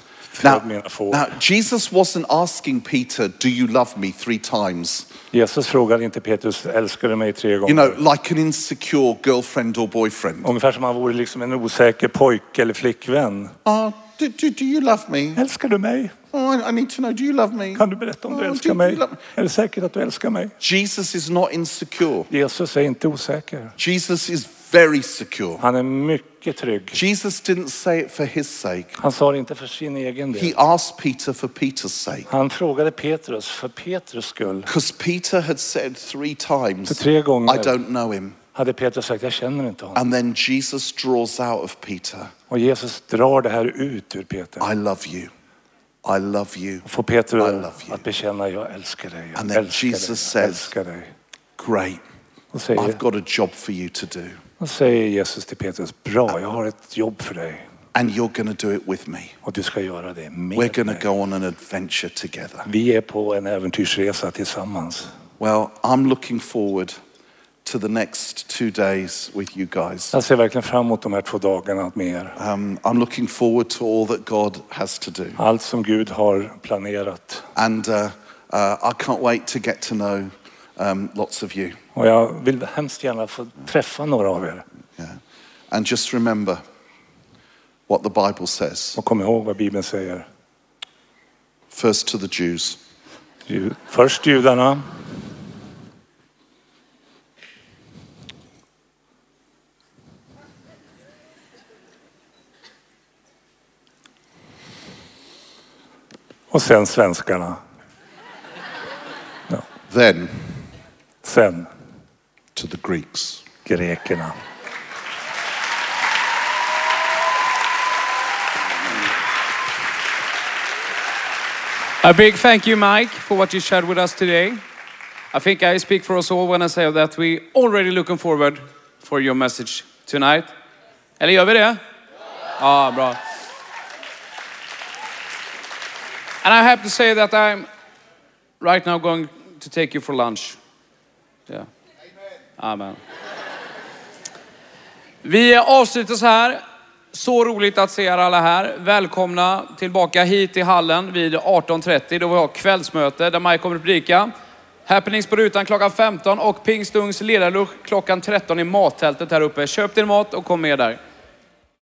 Speaker 3: Föd mina får.
Speaker 2: now, Jesus wasn't asking Peter, Do you love me? three times.
Speaker 3: Jesus frågade inte Petrus, älskar du mig tre gånger?
Speaker 2: You know, like an insecure girlfriend or boyfriend.
Speaker 3: Ungefär som han vore liksom en osäker pojke eller flickvän.
Speaker 2: Oh, do, do, do you love me?
Speaker 3: Älskar du mig?
Speaker 2: Oh, I, I need to know, do you love me?
Speaker 3: Kan du berätta om du
Speaker 2: Ja,
Speaker 3: älskar
Speaker 2: du-
Speaker 3: mig?
Speaker 2: du love-
Speaker 3: Är det säkert att du älskar mig?
Speaker 2: Jesus is not insecure.
Speaker 3: Jesus är inte osäker.
Speaker 2: Jesus is very secure.
Speaker 3: Han är mycket trygg.
Speaker 2: Jesus didn't say it for his sake.
Speaker 3: Han sa det inte för sin egen
Speaker 2: He
Speaker 3: del.
Speaker 2: asked Peter for Peter's sake.
Speaker 3: Han frågade Petrus för Petrus skull.
Speaker 2: Because Peter had said three
Speaker 3: För
Speaker 2: times,
Speaker 3: tre
Speaker 2: I
Speaker 3: gånger
Speaker 2: don't know him.
Speaker 3: hade Petrus sagt, jag känner inte honom.
Speaker 2: And then Jesus draws out of Peter,
Speaker 3: Och Jesus drar det här ut ur Peter.
Speaker 2: I love you. I love you.
Speaker 3: Och får
Speaker 2: I
Speaker 3: Petrus
Speaker 2: love you.
Speaker 3: att bekänna, jag älskar dig, jag
Speaker 2: And then
Speaker 3: älskar dig,
Speaker 2: Jesus
Speaker 3: jag
Speaker 2: says-
Speaker 3: älskar dig.
Speaker 2: Great.
Speaker 3: Och säger,
Speaker 2: I've got a job for you to do.
Speaker 3: och säger Jesus till Petrus, bra, jag har ett jobb för dig.
Speaker 2: And you're going to do it with me.
Speaker 3: Och du ska göra det med
Speaker 2: We're going to
Speaker 3: mig.
Speaker 2: go on an adventure together.
Speaker 3: Vi är på en äventyrsresa tillsammans.
Speaker 2: Well, I'm looking forward to the next two days with you guys.
Speaker 3: Jag ser verkligen fram emot de här två dagarna med er.
Speaker 2: Um, I'm looking forward to all that God has to do.
Speaker 3: Allt som Gud har planerat.
Speaker 2: And uh, uh, I can't wait to get to know um, lots of you.
Speaker 3: Och jag vill hemskt gärna få träffa några av er.
Speaker 2: Yeah. And just remember what the Bible says
Speaker 3: Och kom ihåg vad Bibeln säger.
Speaker 2: first to the Jews,
Speaker 3: Ju- Först judarna, och sen svenskarna.
Speaker 2: then
Speaker 3: Sen
Speaker 2: to the Greeks.
Speaker 3: grekerna.
Speaker 1: A big thank you, Mike, for what you shared with us today. I think I speak for us all when I say that we already looking forward for your message tonight. Eller gör vi det? Ja, bra. And I have to say that I'm right now going to take you for lunch. Yeah. Amen. Vi avslutar så här. Så roligt att se er alla här. Välkomna tillbaka hit i hallen vid 18.30 då vi har kvällsmöte där Maj kommer att predika. Happenings på rutan klockan 15 och Pingstungs ledarlunch klockan 13 i mattältet här uppe. Köp din mat och kom med där.